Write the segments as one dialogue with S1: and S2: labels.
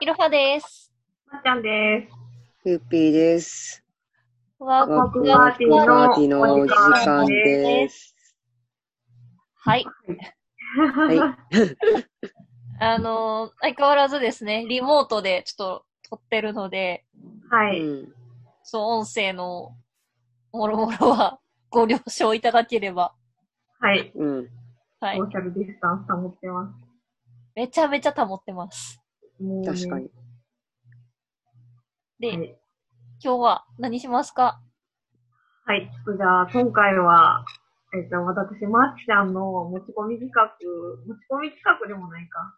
S1: いろはです。
S2: まっちゃんで
S3: ふっぴーです。
S1: ワ
S2: ワク
S3: ワ
S2: ワ
S3: ク
S2: クパ
S3: パ
S2: ーテ
S3: ーテ
S2: ィ
S3: ィ
S2: ー
S3: ー
S2: の
S3: の
S2: お
S3: お
S2: 時
S3: 時
S2: 間
S3: 間
S1: で
S3: です。
S1: はい。
S2: す。
S3: はい。
S1: あのー相変わらずですね、リモートでちょっと撮ってるので、
S2: は
S3: う
S2: い。
S3: ん、
S1: そう、音声のもろもろはご了承いただければ。
S2: はい。
S3: うん、
S1: はい
S2: ソ。ーシャルディスタンス保ってま
S1: めちゃめちゃ保ってます。
S2: す。もうね
S3: 確かに。
S1: で、
S2: はい
S1: 今日は何しますか
S2: はい。ちょっとじゃあ、今回は、えっ、と、私、まっちゃんの持ち込み企画、持ち込み企画でもないか。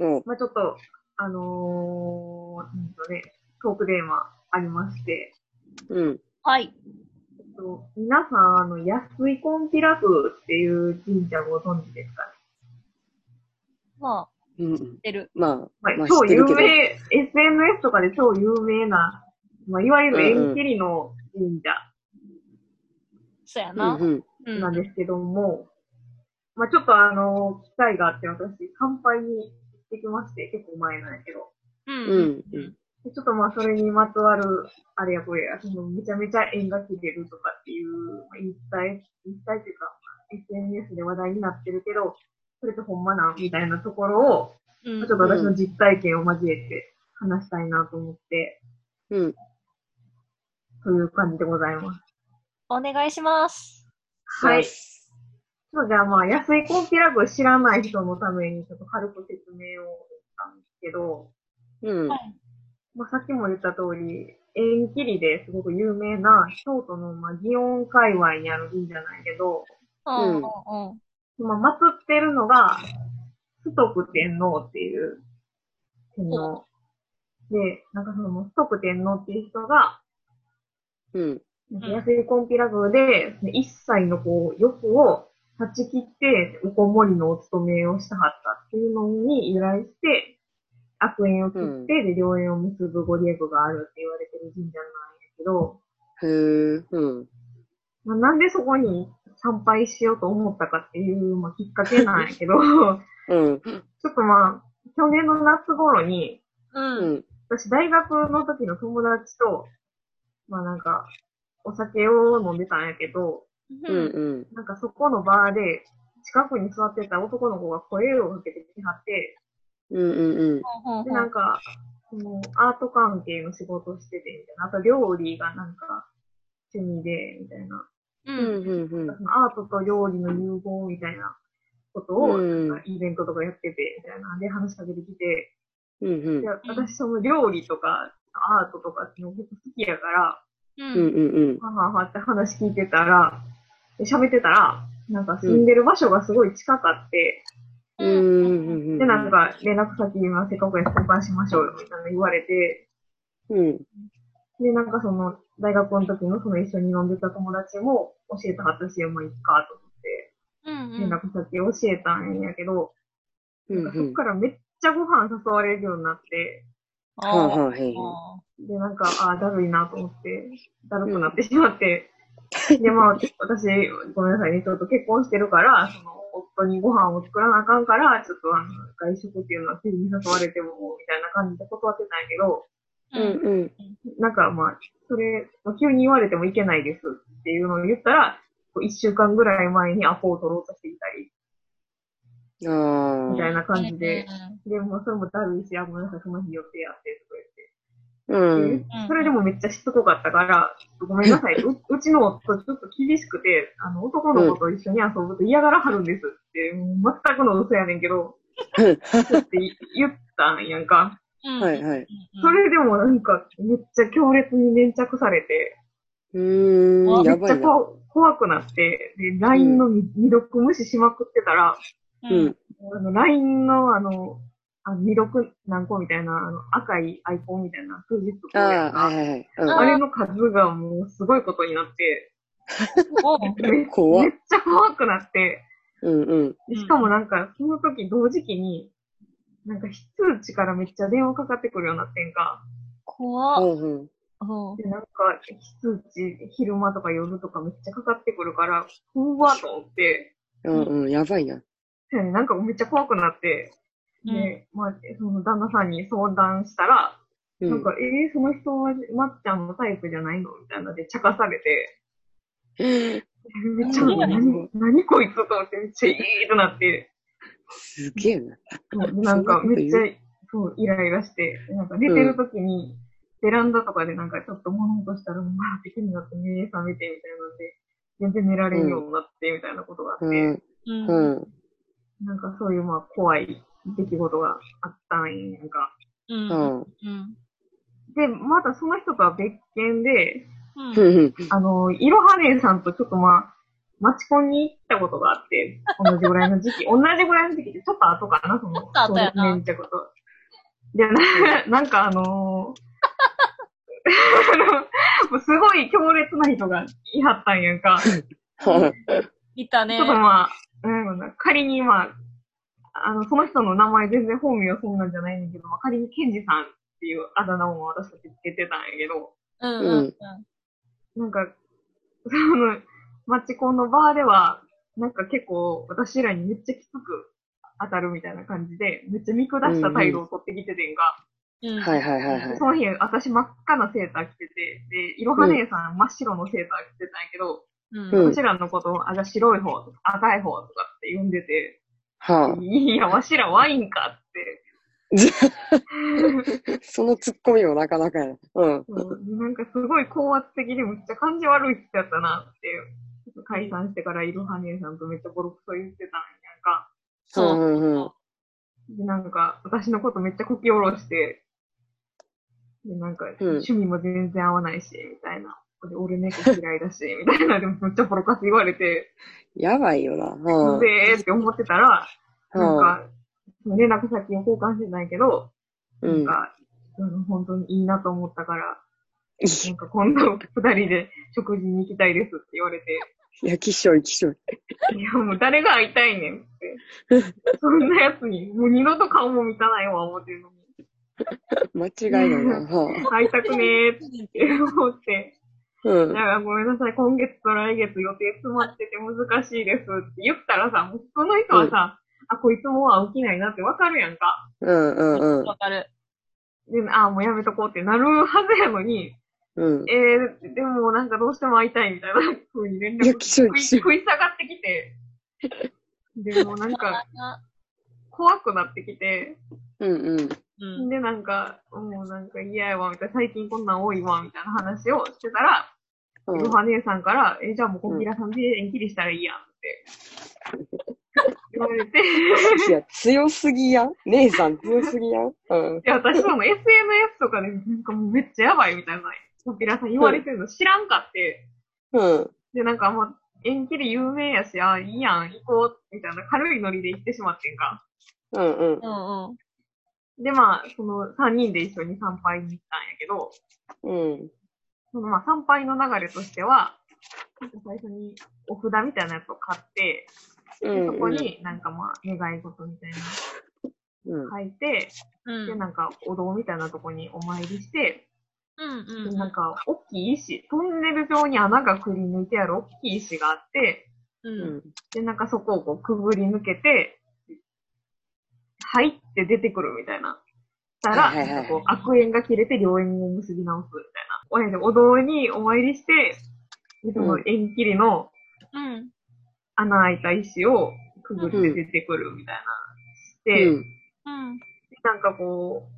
S1: うん。
S3: おう
S2: まあちょっと、あのー、うんとね、トークテーマありまして、
S3: うん、
S1: はい。
S2: えっと皆さん、あの、安いコンピラフっていう神社ご存知ですかね
S1: まあ、
S3: うん、
S1: 出る。
S3: ま
S2: ま
S3: ま
S2: あ、
S3: あ
S2: 超
S3: 知って
S2: 有
S3: るけど
S2: 名、SNS とかで超有名な、まあ、いわゆる
S3: うんうん
S2: 遠距離の神社
S1: そうや
S3: あ、
S1: な。
S3: うん、
S1: うん
S2: なんですけども、まあ、ちょっとあの、機会があって私、参拝に行ってきまして、結構前なんやけど。
S1: うん
S3: う
S1: うん
S3: ん、うん、
S2: でちょっとまあ、それにまつわる、あれやこれや、その、めちゃめちゃ縁が切れるとかっていう、まあ、一体、一体っていうか、SNS で話題になってるけど、それってほんまなんみたいなところを、
S1: うん
S2: ちょっと私の実体験を交えて話したいなと思って、
S3: うん、
S2: という感じでございます。
S1: お願いします。
S2: はい。ちょっとじゃあまあ、安いコンピラグ知らない人のために、ちょっと軽く説明をしたんですけど、
S3: うん
S1: は、い。
S2: まあさっきも言った通り、縁切りですごく有名な京都のまあ、祇園界隈にある神社なんやけど、
S1: うんうんうん。
S2: まあ、祀ってるのが、須徳天皇っていう天皇。で、なんかその、須徳天皇っていう人が、
S3: うん、
S2: 安いコンピラグで、一切のこう、欲を断ち切って、おこもりのお勤めをしたはったっていうのに由来して、悪縁を切って、で、良縁を結ぶご利益があるって言われてる神社なんやけど、
S3: へえ、うん、
S2: まあ、なんでそこに参拝しようと思ったかっていう、まあ、きっかけなんやけど、ち
S3: うん、
S2: ょっとまあ、去年の夏頃に、
S1: うん
S3: う
S1: うん。
S3: ん、
S2: 私、大学の時の友達と、まあなんか、お酒を飲んでたんやけど、
S3: うん、うん、
S2: なんかそこのバーで、近くに座ってた男の子が声をかけてきはって、
S3: うん、うん、
S1: うん
S2: で、なんか、そのアート関係の仕事をしてて、みたいな。あと料理がなんか、趣味で、みたいな。
S1: う
S3: う、
S1: んん。
S3: うん、
S2: そのアートと料理の融合みたいなことを、
S3: うん
S2: なんかイベントとかやってて、みたいな。で、話しかけてきて、
S3: うん、
S2: で私その料理とか、アートとかっていうの結構好きやから、
S1: う。
S3: うん、うんん、
S2: はははって話聞いてたら、で喋ってたら、なんか住んでる場所がすごい近かって、
S3: うん、うん、
S2: で、なん、か、連絡先今せっかくやし交換しましょうよ、みたいなの言われて、
S3: うん、
S2: で、なんかその、大学の時のその一緒に飲んでた友達も教えたはったし、まあいっか、と思って、
S1: うんう
S2: 連
S1: ん。
S2: 絡先教えたんやけど、
S3: う
S2: なんかそっ
S3: ん、
S2: からめっちゃご飯誘われるようになって、
S1: あ
S3: は
S1: ー
S3: ははい、
S1: あ
S2: で、なんか、ああ、だるいなと思って、だるくなってしまって、で、まあ、私、ごめんなさいね、ちょっと結婚してるから、その、夫にご飯を作らなあかんから、ちょっとあの、外食っていうのは急に誘われても、みたいな感じで断ってたんやけど、
S3: うん、うん、
S2: なんかまあ、それ、まあ急に言われてもいけないですっていうのを言ったら、こう一週間ぐらい前にアポを取ろうとしていたり、
S3: あ
S2: みたい
S3: あ、
S2: な感じで、。
S1: うん
S2: で、もうそれもだるいし、あ、ごめんなさい、その日予定やって、とか
S3: うん
S2: 言っ、て。それでもめっちゃしつこかったから、ちょっとごめんなさい、ううちの夫ちょっと厳しくて、あの、男の子と一緒に遊ぶと嫌がらはるんですって、もう全くの嘘やねんけど、ちょって言ったんやんか。
S1: うん
S3: はい、はい、
S2: それでもなんか、めっちゃ強烈に粘着されて、
S3: うーん、
S2: め
S3: や
S2: っ
S3: ば
S2: ちゃ
S3: いな、
S2: こ怖くなって、で、LINE の未未読無視しまくってたら、
S3: う
S1: うんん。、
S2: あの LINE のあの、あの未読何個みたいな、あの赤いアイコンみたいな数字と
S3: あ
S2: かやん
S3: あ、は
S2: か
S3: い、はい、はい、
S2: あれの数がもうすごいことになって、
S1: おう
S2: め
S3: 怖
S2: めっちゃ怖くなって、
S3: うん、うん、
S2: でしかもなんか、その時同時期に、なんか、非通知からめっちゃ電話かかってくるようになってんか。
S1: 怖っ。
S3: うん、
S1: うん
S2: で、なんか、非通知、昼間とか夜とかめっちゃかかってくるから、怖っと思って、
S3: うん、うん、やばいな。
S2: そうやねなんかめっちゃ怖くなって、で、まあ、その旦那さんに相談したら、なんか、えー、その人はまっちゃんのタイプじゃないのみたいなので、茶化されて、
S3: うん
S2: めっちゃ、
S1: うん
S2: 何、何こいつと思って、めっちゃいいってなって、
S3: すげえな。
S2: そうなんかめっちゃ、そう、イライラして、なんか寝てる時に、ベランダとかでなんかちょっと物音したら、もうわーって気になって目覚めてみたいなので、全然寝られんようになってみたいなことがあって、
S3: うん、
S1: うん。
S3: うん。
S2: なんかそういうまあ怖い出来事があったんやんか。
S1: う。
S3: うんん。
S1: うん。
S2: で、またその人とは別件で、
S1: うん。
S3: うんうん
S2: あの、いろは姉さんとちょっとまあ、マチコンに行ったことがあって、同じぐらいの時 期、同じぐらいの時期ってちょっと後かな、その、
S1: ちょっと後やな
S2: そうですねってこと。で、 ななん かあのーあのもうすごい強烈な人がいはったんやんか。ち
S1: いたね
S2: ょっ。とまあ、なんやろな仮にまあ、あの、その人の名前全然本名はそんなんじゃないんだけど、まあ、仮にケンジさんっていうあだ名を私たちつけてたんやけど、
S1: うんうん
S2: なんか、 その、マチコンのバーでは、なんか結構私らにめっちゃきつく当たるみたいな感じで、めっちゃ見下した態度を取ってきててんが、
S1: うん。
S3: はいは
S1: い。
S3: いはいはい
S2: そ。の日私真っ赤なセーター着てて、で、いろは姉さん真っ白のセーター着てたんやけど、
S1: うん。
S3: ん
S2: 私らのことを、あ、じゃあ白い方とか赤い方とかって呼んでて、
S3: はい
S2: や、わしらワインかって。
S3: あ。そのツッコミもなかなかやな。うん。
S2: そうなんかすごい高圧的でめっちゃ感じ悪い人やったなっていう。ちょっと解散してからいろは姉さんとめっちゃボロクソ言ってたんやんか。
S1: そう
S3: うんうんうん。
S2: で、なんか、私のことめっちゃこき下ろして、で、なんか、
S3: うん
S2: 趣味も全然合わないし、みたいな。で、俺猫嫌いだ し、みたいな、でもめっちゃボロカス言われて、
S3: やばいよな。うん。う
S2: うぜーって思ってたら、なん
S3: ん。
S2: か、連絡先を交換してないけど、
S3: う
S2: なん
S3: ん。
S2: か、うん本当にいいなと思ったから、なんか今度二人で食事に行きたいですって言われて、
S3: いや、きっしょい、きっしょい。
S2: いや、もう誰が会いたいねん って。そんなやつに、もう二度と顔も見たないわ、思ってるのに。
S3: 間違いないな。はあ
S2: 会いたくねーって思って。
S3: う
S2: だ
S3: ん
S2: か。らごめんなさい、今月と来月予定詰まってて難しいですって言ったらさ、もうその人はさ、あ、こいつもは起きないなってわかるやんか。
S3: うんうんうん
S1: わかる。
S2: で、あ、もうやめとこうってなるはずやのに、
S3: うん。
S2: えー、でもなんかどうしても会いたいみたいな風に連
S3: い
S2: 絡
S3: や、きっしょ
S2: 食
S3: い、
S2: い
S3: きっしょい。
S2: 食い下がってきて、でもうなんか怖くなってきて、
S3: うんうん。
S1: うん。
S2: でなんか、もうなんか嫌やわ、みたいな、最近こんなん多いわ、みたいな話をしてたら、
S3: う
S2: ヨ
S3: ん
S2: ハ姉さんから、え、じゃあもうコンビラさんで縁切りしたらいいやんって。言われて、
S3: いや、強すぎやん。姉さん強すぎやん。うん。
S2: で私その SNS とかで、なんかもうめっちゃやばいみたいな、コンビラさん言われてるの知らんかって。
S3: うん。
S2: で、なんかまあ、縁切り有名やし、あ、いいやん、行こう、みたいな軽いノリで行ってしまってんか。
S3: うんうん。
S1: うんうん。
S2: で、まあ、その3人で一緒に参拝に行ったんやけど、
S3: うん。
S2: そのまあ参拝の流れとしては、なんか最初にお札みたいなやつを買って、
S3: う
S2: で
S3: ん。
S2: そこになんかまあ、願い事みたいな
S3: うん。
S2: 書いて、
S1: うん。
S2: で、なんか、お堂みたいなとこにお参りして、
S1: うん
S2: で
S1: うん。
S2: なんか、大きい石、トンネル状に穴がくり抜いてある大きい石があって、
S1: うん。
S2: で、なんかそこをこう、くぐり抜けて、入って出てくるみたいな。したら、
S3: はいはいはい
S2: なんかこう悪縁が切れて良縁を結び直すみたいな。親でお堂にお参りして、でその縁切りの
S1: うん。
S2: 穴開いた石をくぐって出てくるみたいな。して、
S3: うん。
S1: うん。
S2: なんかこ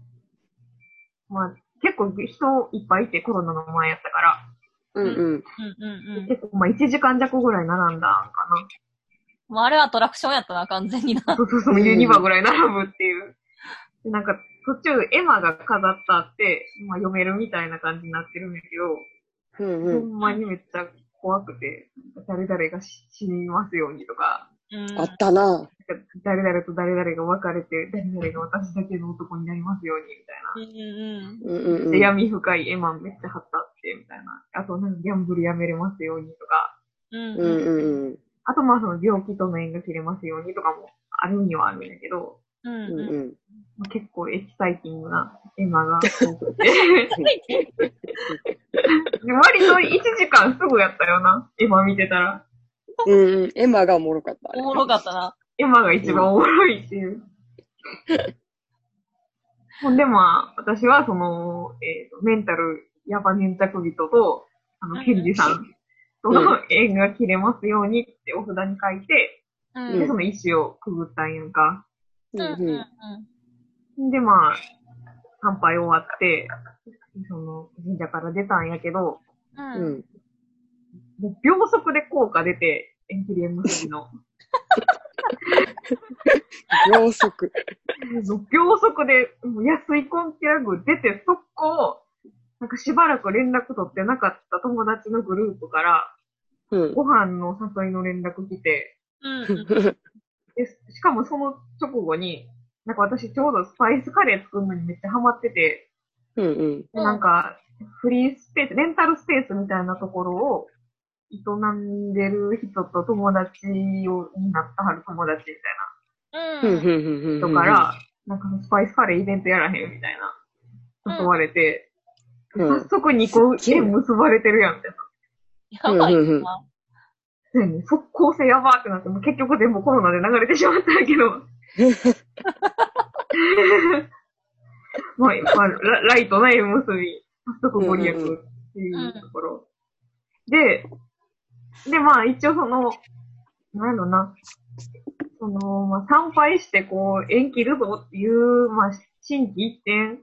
S2: う、まあ、結構人いっぱいいてコロナの前やったか
S3: うんう
S1: う
S3: ん。
S1: んうん
S2: ら、
S1: うん。
S2: 結構まあ1時間弱ぐらい並んだんか
S1: もうあれはアトラクションやったな、完全にな。
S2: な。そうそうそう、ユニバぐらい並ぶっていう。でなんか途中エマが飾ってあって、まあ読めるみたいな感じになってるんだけど、
S3: うん
S2: ほ
S3: うん。
S2: んまにめっちゃ怖くて、誰々が死死にますようにとか、
S1: うん
S3: あったな。
S2: なんか誰々と誰々が別れて、誰々が私だけの男になりますようにみたいな。
S1: うんうん
S3: うんうんう
S2: で
S3: ん。
S2: 闇深い絵マンめっちゃ貼ったって、みたいな。あと、なんかギャンブルやめれますようにとか。
S1: うん。
S3: うん
S1: うん。
S3: うんうん。
S2: あと、まあ、その病気との縁が切れますようにとかもあるにはあるんだけど、
S1: うん
S3: うん
S1: うん。
S3: うん。
S2: まあ結構エキサイティングな絵馬が多くて。で 割と1時間すぐやったよな、絵馬見てたら。
S3: うんうん。エマがおもろかった。あれ
S1: おもろかったな。
S2: 絵馬が一番おもろいっていう。ほんでまあ、私はその、えっ、と、メンタル、ヤバ粘着人と、あ
S1: うんう
S2: の、
S1: ん
S2: ケンジさんとの縁が切れますようにってお札に書いて、
S1: うん
S2: で、その石をくぐったんやんか。
S1: うんうんうん
S2: で、まあ、参拝終わって、その、神社から出たんやけど、
S1: うん
S3: うん。
S2: もう秒速で効果出て、縁切り縁結びの。
S3: 秒速。
S2: 秒速で、もう安いコンテラグ出て、速攻、なんかしばらく連絡取ってなかった友達のグループから、
S3: うん。
S2: ご飯の誘いの連絡来て、
S1: うん
S2: でしかもその直後に、なんか私ちょうどスパイスカレー作るのにめっちゃハマってて、
S3: うんうん。
S2: で
S1: うん
S2: なんか、フリースペース、レンタルスペースみたいなところを、営んでる人と友達を、になったはる友達みたい
S3: うん
S1: うん
S3: うん
S2: な人から、なんかスパイスカレーイベントやらへんみたいな、
S1: うん
S2: 誘われて、
S3: うん
S2: 早速2個
S3: すっげえ
S2: 縁結ばれてるやん、みたいな。
S1: やばい
S3: うんうんうん
S1: な。
S2: そうやね速攻性やばーってなって、もう結局でもコロナで流れてしまったんや けど。まあ、まあラ、ライトな縁結び、早速ご利益っていうところ。で、で、まあ一応その、なんやろな、その、まあ参拝してこう、縁切るぞっていう、まあ、心機一転、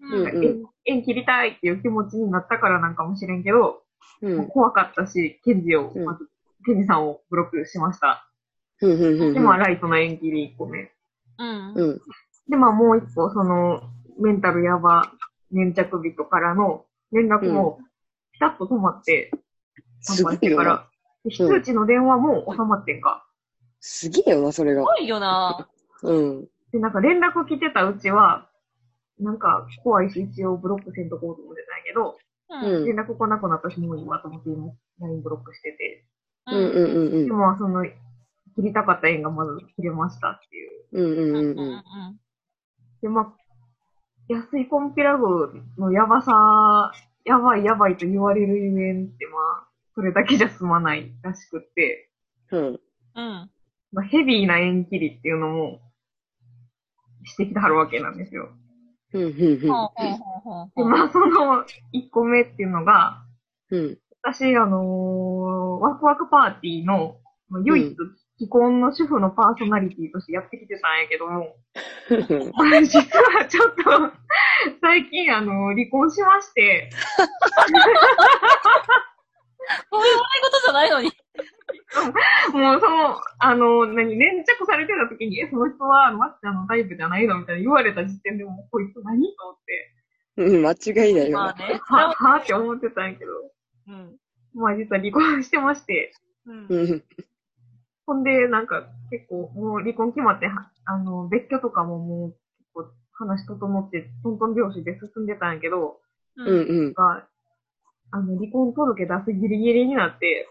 S1: うん
S3: うん
S2: 縁縁切りたいっていう気持ちになったからなんかもしれんけど、
S3: うんうん
S2: 怖かったし、ケンジを、
S3: うん
S2: まず、ケンジさんをブロックしました。
S3: うんうんうん
S2: で、まあ、ライトな縁切り1個目。
S1: うん
S3: うん
S2: で、まあ、もう1個、その、メンタルやば、粘着人からの連絡も、ピタッと止まって、
S3: すご
S2: 参拝
S3: い
S2: して
S3: よ
S2: か
S3: な。
S2: ら、で非通知の電話も収まってんか。
S3: すげえよな、それが
S1: す。ごいよな。
S3: うん。
S2: で、なんか連絡来てたうちは、なんか怖いし、一応ブロックせんとこうと思ってたんやけど、
S1: うん
S2: 連絡来なくなったし、もういいわと思って、今 LINE ブロックしてて。
S3: うんうんうんうん
S2: で。も、その、切りたかった縁がまず切れましたっていう。
S3: うんうんうん
S1: う
S3: うん。
S1: ん
S2: で、まあ、安いコンピラグのやばさ、やばいやばいと言われるゆえんって、まあ、それだけじゃ済まないらしくって、
S3: うん。
S1: うん
S2: まあ、ヘビーな縁切りっていうのも、してきてはるわけなんですよ。
S3: うんうん
S1: ほうほうほうほ
S2: で、
S1: う
S2: まあ、その1個目っていうのが、
S3: うん。
S2: 私、あのーワクワクパーティーの、まあ唯一、既婚の主婦のパーソナリティとしてやってきてたんやけども、
S3: うん。
S2: 実はちょっと、最近、あの、離婚しまして、
S1: そういう悪いことじゃないのに。
S2: もうその、あの、何、粘着されてた時に、え、その人は、あの、マッチャのタイプじゃないのみたいな言われた時点でもう、こいつ何と思って、
S3: うん、間違いないよ
S1: まあ
S3: な。
S1: ね。
S2: はぁ、はぁって思ってたんやけど、
S1: うん。
S2: まあ実は離婚してまして、
S1: うん
S3: う。ん。
S2: ほんで、なんか、結構、もう離婚決まって、はあの、別居とかももう、結構、話整って、トントン拍子で進んでたんやけど、
S3: うんうん
S2: が、あの、離婚届出すギリギリになって、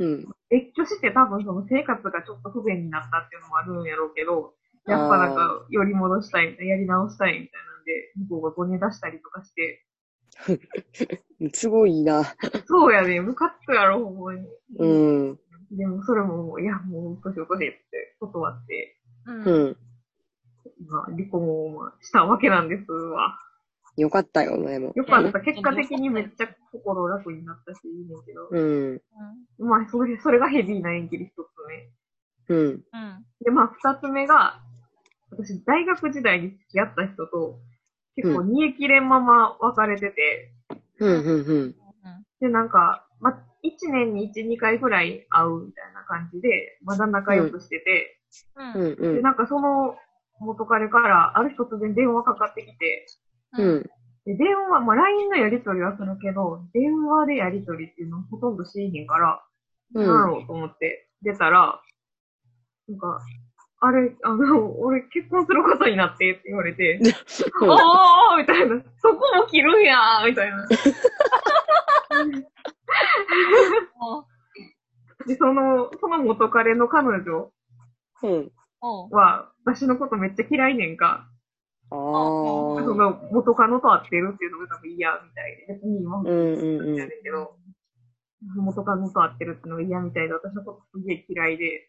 S3: うん。
S2: 別居して多分その生活がちょっと不便になったっていうのもあるんやろうけど、やっぱなんか、より戻したいみたいな、やり直したいみたいなんで、向こうがごね出したりとかして、
S3: すごいな。
S2: そうやね、ムカつくやろ、ほんまに。
S3: うん。
S2: でもそれももう、いや、もう、年を越せって断って、
S1: うん
S3: う
S1: うん
S3: ん。
S2: まあ、離婚をまあしたわけなんですわ。
S3: よかったよ、でも。
S2: よかった。結果的にめっちゃ心楽になったし、いいねんけど。
S3: うん。
S2: まあ、それ、それがヘビーな縁切り一つ目。
S3: うん。
S1: うん。
S2: で、まあ、二つ目が、私、大学時代に付き合った人と、結構、煮え切れんまま別れてて、
S3: うん。うん。
S2: で、なんか、まあ、一年に一、二回ぐらい会うみたいな感じで、まだ仲良くしてて、
S1: うん。
S3: うん。う
S2: で、
S3: ん。
S2: なんかその元彼から、ある日突然電話かかってきて、
S3: う
S1: うん
S3: ん。
S2: で、電話、まあ、LINE のやりとりはするけど、電話でやりとりっていうのはほとんどしいへんから、
S3: うん
S2: なんやろうと思って出たら、なんか、あれ、あの、俺結婚することになってって言われて、おーみたいな。そこも切るんやーみたいな。
S1: おう
S2: で、その、その元彼の彼女
S3: うん。
S1: おう
S2: は、私のことめっちゃ嫌いねんか。
S3: あ
S2: そ
S3: あ。
S2: の元カノと会ってるっていうのが多分嫌みたいで。別に今も
S3: うんうんうん
S2: 嫌だけど、元カノと会ってるっていうのが嫌みたいで、私のことすげえ嫌いで、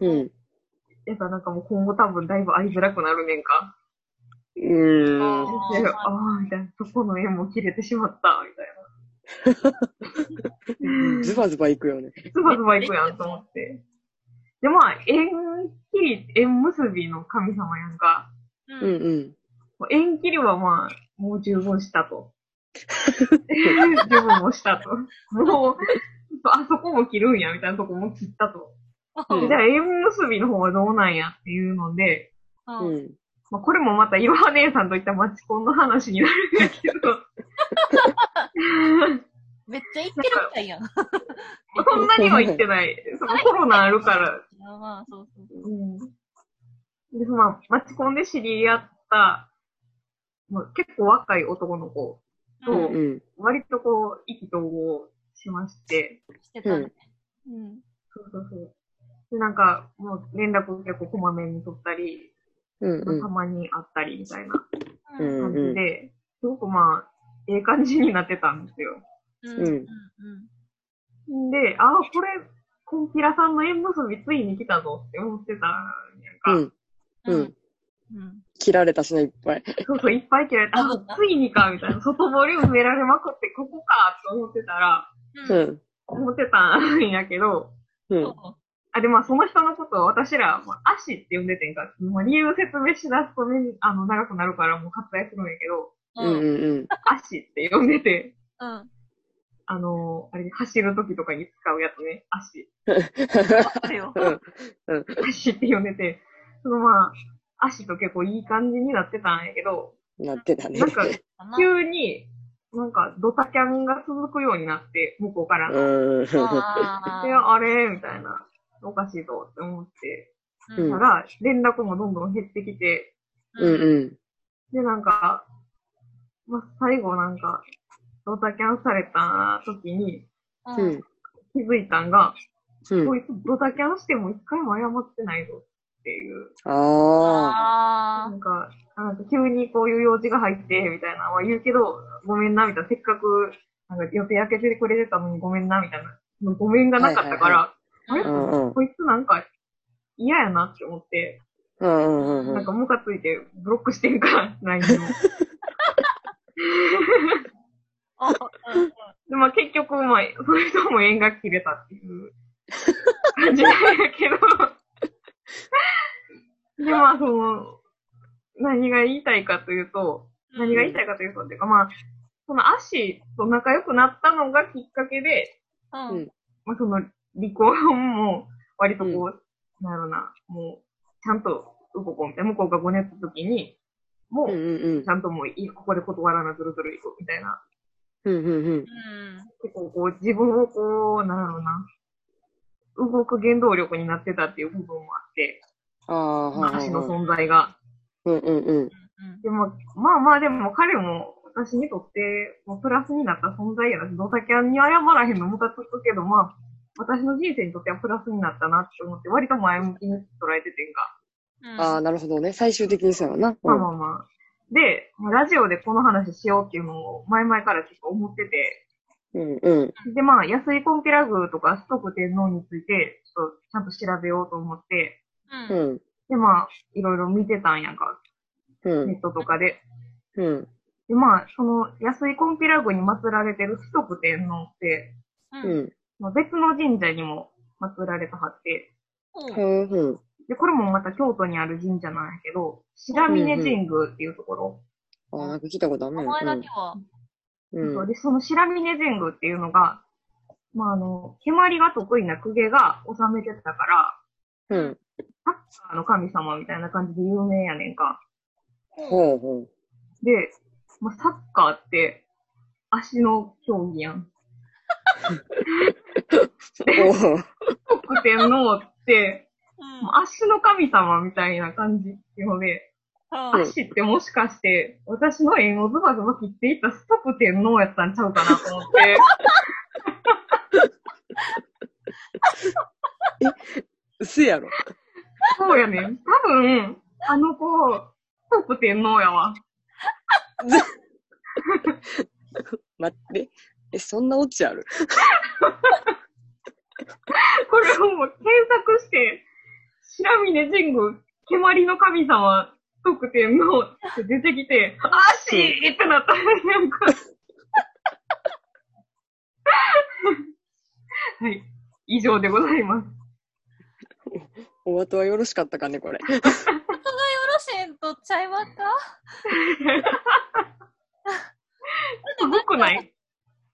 S3: うん。
S2: やからなんかもう今後多分だいぶ会いづらくなるねんか。
S3: う
S1: あ
S3: ん。
S1: ー
S2: でああ、みたいな。そこの縁も切れてしまった、みたいな。
S3: ズバズバいくよね。
S2: ズバズバ行くやんと思って。で、まあ、縁切り、縁結びの神様やんか。
S3: うんうん。
S2: 縁切りはまあ、もう十分した と。十分もしたと。もう、あそこも切るんや、みたいなとこも切ったと。
S3: う
S2: じ
S3: ん
S2: ゃあ縁結びの方はどうなんやっていうので、
S1: うん
S3: うん。
S2: まあ、これもまた岩羽姉さんといったマチコンの話になるんやけど、
S1: めっちゃ言ってるみたいやん。
S2: そんなには言ってない。そのコロナあるから。
S1: あまあ、そうそうそう。
S2: うん。で、まあ、マチコンで知り合った、まあ、結構若い男の子、
S3: う
S2: うん
S3: んうん。
S2: 割とこう、意気投合しまして、
S1: してたね。うん。
S2: そうそうそう。で、なんか、もう連絡結構こまめに取ったり、
S3: うんうん
S2: た。まに会ったりみたいな
S1: う
S3: う
S1: ん。
S3: ん
S2: 感
S3: う
S2: じ
S3: ん。
S2: で、すごくまあ、ええ感じになってたんですよ。
S1: うん。
S3: うん
S1: うん。
S2: で、ああ、これ、コンピラさんの縁結びついに来たぞって思ってたんやんか。
S3: うん。う
S1: うんん。うん。
S3: 切られたしな、いっぱい。
S2: そうそう、いっぱい切られて、あ
S1: そうだ
S2: ついにか、みたいな。外堀埋められまくって、ここか、と思ってたら、
S1: う。
S3: うんん。
S2: 思ってたんやけど、
S1: そ
S3: うん
S1: う。
S2: あ、で、まあ、その人のことを私ら、まあ、足って呼んでてんか、もう理由説明しだすとめん、あの、長くなるからもう割愛するんやけど、
S3: うん
S1: うん。
S3: うん
S2: 足って呼んでて、
S1: うん。
S2: あの、あれ、走る時とかに使うやつね、足。
S1: あるよ。
S3: うん。
S2: 足って呼んでて、そのまあ、足と結構いい感じになってたんやけど、
S3: なってたね
S2: な。んか、
S1: かな
S2: 急に、なんか、ドタキャンが続くようになって、向こうから。
S3: う
S2: で、
S3: ん。
S1: あー
S2: あれみたいな。おかしいぞって思って。
S1: うん
S2: たら、連絡もどんどん減ってきて、
S3: うんうん。
S2: で、なんか、まあ、最後なんか、ドタキャンされた時に
S1: う
S3: うんん。
S2: 気づいたんが、
S3: うん
S2: こ。いつドタキャンしても一回も謝ってないぞっていう。な
S3: ああ。
S1: あ
S2: んか、なんか急にこういう用事が入って、みたいなのは言うけど、ごめんな、みたいな。せっかく、なんか予定開けてくれてたのにごめんな、みたいな。ごめんがなかったから、
S1: はいは
S3: う
S1: い
S3: んうん。
S2: こいつなんか嫌やなって思って、
S3: うんうんう
S2: なん
S3: ん
S2: か。ムカついてブロックしてんから、LINE を。
S1: あ。うん
S2: で、まあ結局、まあ、それとも縁が切れたっていう感じなんやけ ど。で、まあその、何が言いたいかというと、何が言いたいかというと、っていうかまあ、そのアッシーと仲良くなったのがきっかけで、
S1: うん。うん
S2: まあその離婚も割とこう、なんやろな、もう、ちゃんと動こうみたいな、向こうがごねった時に、も
S3: うん
S2: う、
S3: うん
S2: ちゃんともういい、ここで断らなずるずる行くみたいな。
S3: うん。うんうんうん。
S2: 結構こう、自分をこう、なんだろうな。動く原動力になってたっていう部分もあって、
S3: ああ、はいは
S2: 私
S3: い
S2: の
S3: はい。
S2: 存在が。
S3: うんうんうん。
S1: うん
S2: でも、まあまあでも彼も私にとって、もうプラスになった存在やなし、ドタキャンに謝らへんのムカつくけど、まあ、私の人生にとってはプラスになったなって思って、割と前向きに捉えててんが。
S1: うん
S3: ああ、なるほどね。最終的にそうやな。う
S2: まあ
S3: ん
S2: まあまあ。で、まあラジオでこの話しようっていうのを前々から結構思ってて、
S3: うんうん。
S2: で、まあ、安いコンピラグとか、ストック天皇について、ちょっとちゃんと調べようと思って、
S1: うん
S3: う
S1: うん
S3: ん
S2: で、まあ、いろいろ見てたんやんか、
S3: う
S2: ネ
S3: ん
S2: ットとかで。
S3: うん
S2: で、まあ、その、安いコンピラグに祀られてるストック天皇って、
S1: う
S3: うんん。
S2: まあ別の神社にも祀られたはって、
S3: へ
S1: う
S3: えうん。
S2: で、これもまた京都にある神社なんやけど、白峰神宮っていうところ。
S3: ああ、なんか聞いたことある
S1: ん。名前だけ
S3: ね。
S1: は。
S3: うん。
S2: そううんで、その白峰神宮っていうのが、まあ、あの、蹴鞠が得意な公家が治めてたから、
S3: うん。
S2: サッカーの神様みたいな感じで有名やねんか。
S3: ほうほう。
S2: で、まあ、サッカーって足の競技やん。
S3: おお。
S2: 得点のって、
S1: うん
S2: もう足の神様みたいな感じっていうので、
S1: うん
S2: 足ってもしかして、私の縁をズバズバ切っていったストク天皇やったんちゃうかなと思 って、
S3: 薄やろ。
S2: そうやねん。多分、あの子、ストク天皇やわ。
S3: 待って。え、そんなオチある
S2: これをもう検索して、白峰神宮、蹴鞠の神様特典のって出てきて、あーしーってなった。なんか。 はい。以上でございます。
S3: お後はよろしかったかね、これ。
S1: ロシェンとちゃいますか
S2: すごくない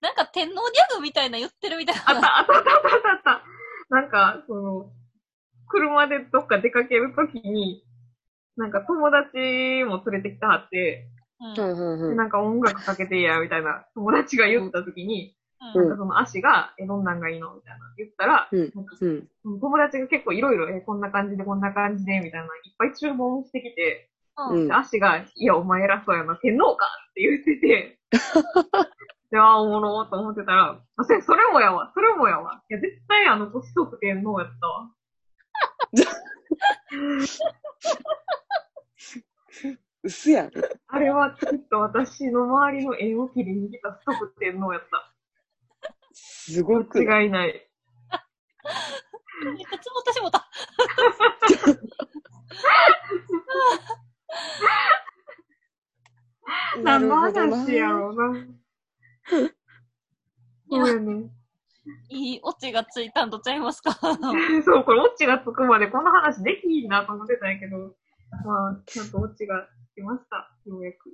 S1: なんか天皇ギャグみたいな言ってるみたい
S2: あっ
S1: な。
S2: た、あった、あった、あった、あった。なんか、その、車でどっか出かけるときに、なんか友達も連れてきたはって、
S1: うん
S3: うんうんうん。
S2: なんか音楽かけてや、みたいな友達が言ったときに、
S1: うん
S2: なんかその足が、え、どんなんがいいのみたいな言ったら、
S3: うん
S2: なんか
S3: うん。
S2: 友達が結構いろいろ、え、こんな感じで、こんな感じで、みたいな、いっぱい注文してきて、
S1: う
S3: うんん。
S2: 足が、いや、お前偉そうやな、天皇かって言って て、で、あーおもろーと思ってたら、あそれ、それもやわ、それもやわ。いや、絶対あの、年取って天皇やったわ。
S3: うすやん。
S2: あれは、きっと私の周りの縁を切りに来た太く天皇やっ
S3: すご
S2: た。
S3: くない。
S2: 違いない。
S1: いつも私もた。
S3: な
S2: 何
S3: る
S2: の
S3: ほど
S2: 話や
S3: な。
S2: ろう な。
S1: い
S2: そう
S1: や、
S2: やね。
S1: いいオチがついたんとちゃいますか
S2: そう、これ、オチがつくまでこんな話できひんなと思ってたんやけど、まあ、ちゃんとオチがつきました。ようやく。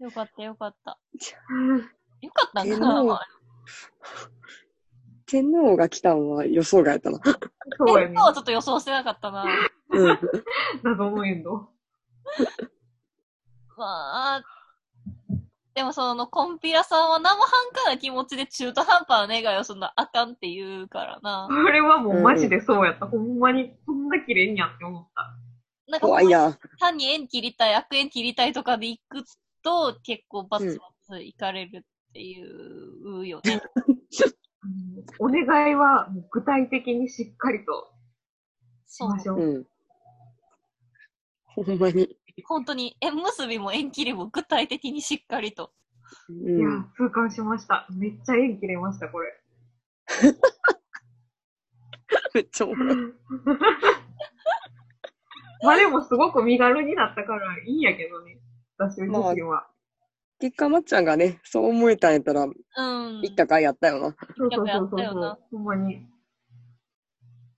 S1: よかったよかった。よかったんか
S3: 天皇
S1: な
S3: 天皇が来たんは予想外やったな。
S2: そうや
S1: 天
S2: ね
S1: 皇。はちょっと予想してなかったな。
S3: うん。
S2: 謎のエンド。
S1: まあ、でもそのコンピラさんは生半可な気持ちで中途半端な願いをするのはあかんって言うからな
S2: こ。れはもうマジでそうやった。ほんまに、こんな綺麗にやって思った。
S1: なんか
S3: 怖いや。
S1: 単に縁切りたい、悪縁切りたいとかで行くと結構バツバツいかれるっていうよね。
S2: うんお願いはもう具体的にしっかりとし
S1: そう
S2: ま。しょう。
S3: うん。ほんまに。
S1: 本当に縁結びも縁切りも具体的にしっかりと。
S3: う
S2: いや
S3: ん。、
S2: 痛感しました。めっちゃ縁切れました、これ。
S3: めっちゃおもろい。
S2: まあでもすごく身軽になったからいいんやけどね。私自身は。
S3: 結果、まっちゃんがね、そう思えたんやったら、
S1: うん。
S3: 行ったかいやったよな。
S2: そうそ
S1: よ
S2: うそうそう
S1: くやったよな
S2: そう。ほんまに。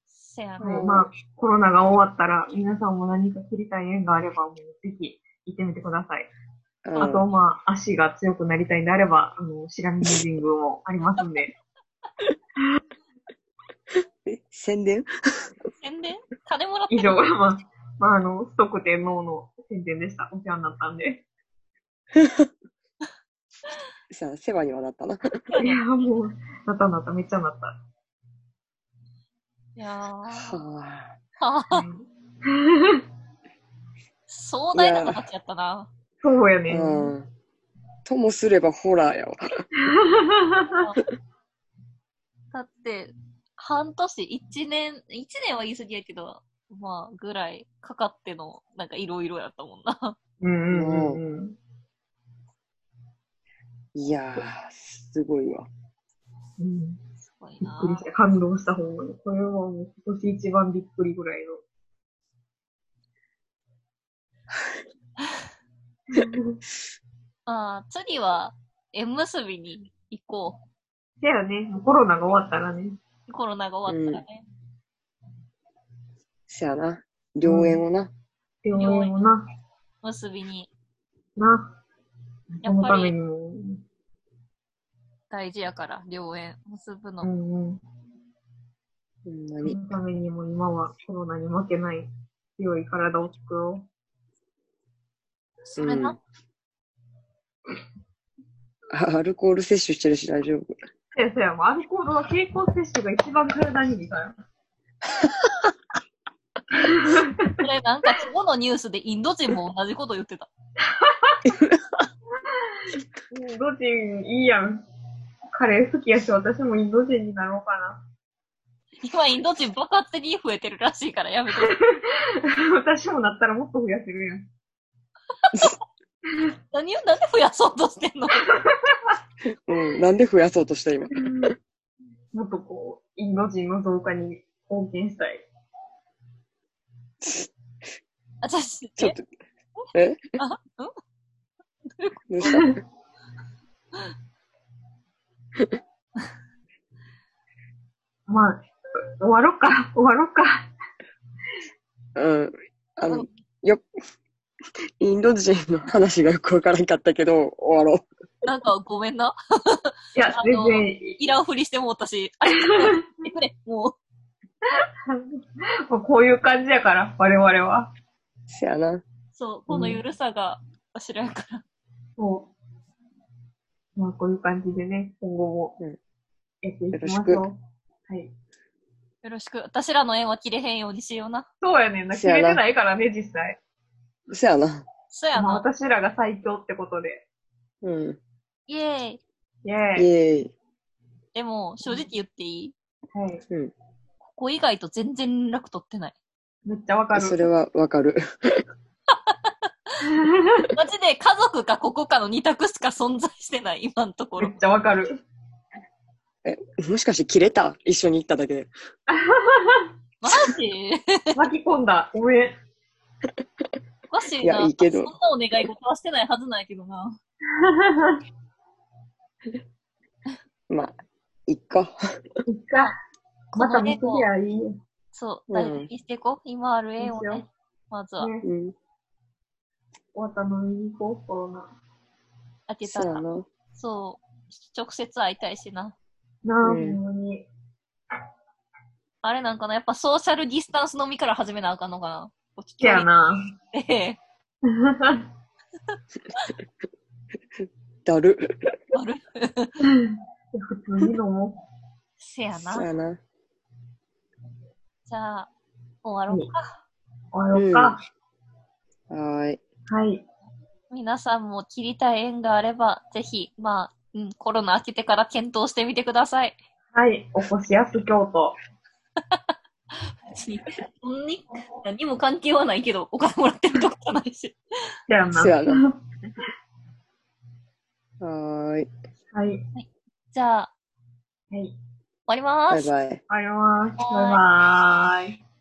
S1: せやな。
S2: はい、
S3: うん
S2: まあ、コロナが終わったら、皆さんも何か切りたい縁があれば、もうぜひ行ってみてください。
S3: うん
S2: あと、まあ、足が強くなりたいんであれば、あの、白峰神宮もありますん で。
S3: え宣伝
S1: 宣伝金もらって
S2: 以
S1: る
S2: 上が、まあ、まあ、あの、ストック天皇の宣伝でした。お世話になったん で。
S3: さあ、世話にはなったな。
S2: いや、もう、なったなった、めっちゃなった。
S1: いやー
S3: は
S2: はい
S1: 壮大な形やったな。
S2: そうや
S3: あ
S2: ね。
S3: うん。ともすればホラーやわ。
S1: だって、半年、一年、一年は言い過ぎやけど、まあ、ぐらいかかっての、なんかいろいろやったもんな。
S2: うんうんうんうん。
S3: いやー、すごいわ。
S2: うん
S1: すごい
S2: びっくり
S1: な
S2: し。た。感動した方が、これはもう今年一番びっくりぐら いの。
S1: まあ、次は、縁結びに行こ
S2: だよね、もうコロナが終わったらね。
S1: う。コロナが終わったらね。
S3: せやな。良縁をな。
S2: 病院もな、
S1: 結びに
S2: な。
S1: やっ
S2: その
S1: ぱ
S2: た
S1: り
S2: めにも、
S1: 大事やから、良縁結ぶの。
S2: うんうん。
S3: ほんま
S2: そ
S3: に。
S2: のためにも今はコロナに負けない強い体を作ろ
S1: それな、
S3: うんあアルコール摂取してるし大丈夫。
S2: う。いや、そうや、もうアルコールは経口摂取が一番体にいいから。
S1: これなんか今日のニュースでインド人も同じこと言ってた。
S2: インド人いいやん。カレー好きやし、私もインド人になろうかな。
S1: 今インド人爆発的に増えてるらしいからやめて。
S2: 私もなったらもっと増やせるやん。
S1: 何をなんで増やそうとしてん の
S3: うん。なんで増やそうとした今。
S2: もっとこう、インド人の増加に貢献したい。
S1: 私、
S3: ちょっと、え
S1: あん
S3: どうした
S2: まあ、終わろっか、終わろっか。
S3: うん。
S1: え
S3: あの、よ、インド人の話がよくわからんかったけど、終わろ
S1: なんかごめんな。
S2: いや
S1: あ、
S2: 全
S1: の
S2: 然いい。
S1: いらんふりしてもうた し。あれ、これ、もう。
S2: もうこういう感じやから、我々は。
S3: う。せやな。
S1: そう、このゆるさが、わしらやから。
S2: そう。まあ、こういう感じでね、今後も
S3: うん、
S2: やっていきましょ
S3: よろし
S2: う。
S3: く
S2: はい。
S1: よろしく。私らの縁は切れへんようにしような。
S2: そうやねんな。決めてないからね、実際。
S3: せやな。
S1: そうや
S2: まあ、
S1: な。
S2: 私らが最強ってことで。
S3: うん。
S1: イエーイ。
S2: イェーイ。
S3: イエーイ。
S1: でも、正直言っていい
S2: はい。
S3: うん。
S1: ここ以外と全然連絡取ってない。
S2: めっちゃわかる。
S3: それはわかる。
S1: マジで家族かここかの二択しか存在してない、今のとこ
S2: め
S1: ろ
S2: っ。ちゃわかる。
S3: え、もしかして切れた一緒に行っただけで。
S1: マジ
S2: 巻き込んだ。ごめん。
S1: おかしいな。
S3: いやいいけど
S1: そんなお願い事はしてないはずないけどな。
S3: まあ、いっか。
S2: いっか。また見
S1: ね
S2: てりゃいいよ。
S1: そう、
S3: うん
S1: 大事にしていこう。今ある縁を
S2: いい
S1: ね
S2: よ。
S1: まずは、
S2: ね
S3: うん。
S2: 終わったのに行こう、コロナ。
S1: 開け
S3: せ
S1: た
S3: や
S1: ら。
S3: な。
S1: そう、直接会いたいしな。
S2: なあ、ほ
S3: ね
S2: んまに。
S1: あれなんかな、やっぱソーシャルディスタンス飲みから始めなあかんのかな。こっち
S2: せやな。
S1: って、
S3: だる。
S1: ある
S2: 普通に飲も
S1: せやな
S3: せ。やな。
S1: じゃあ、終わろうか。
S2: う。終わろうか。
S3: はーい。
S2: はい。
S1: 皆さんも切りたい縁があれば、ぜひ、まあ、うん、コロナ明けてから検討してみてください。
S2: はい。おこしやす京都。
S1: 別に、そんに、何も関係はないけど、お金もらってるとこじゃないし。
S2: せやな。
S3: せやな。はーい。
S2: はい。はい。
S1: じゃあ、終
S2: 終
S1: わりま
S3: バ
S1: ー
S3: イ
S1: す。
S3: バ
S2: わ
S3: イ。
S2: ります。
S1: はーい
S2: バイバーイ。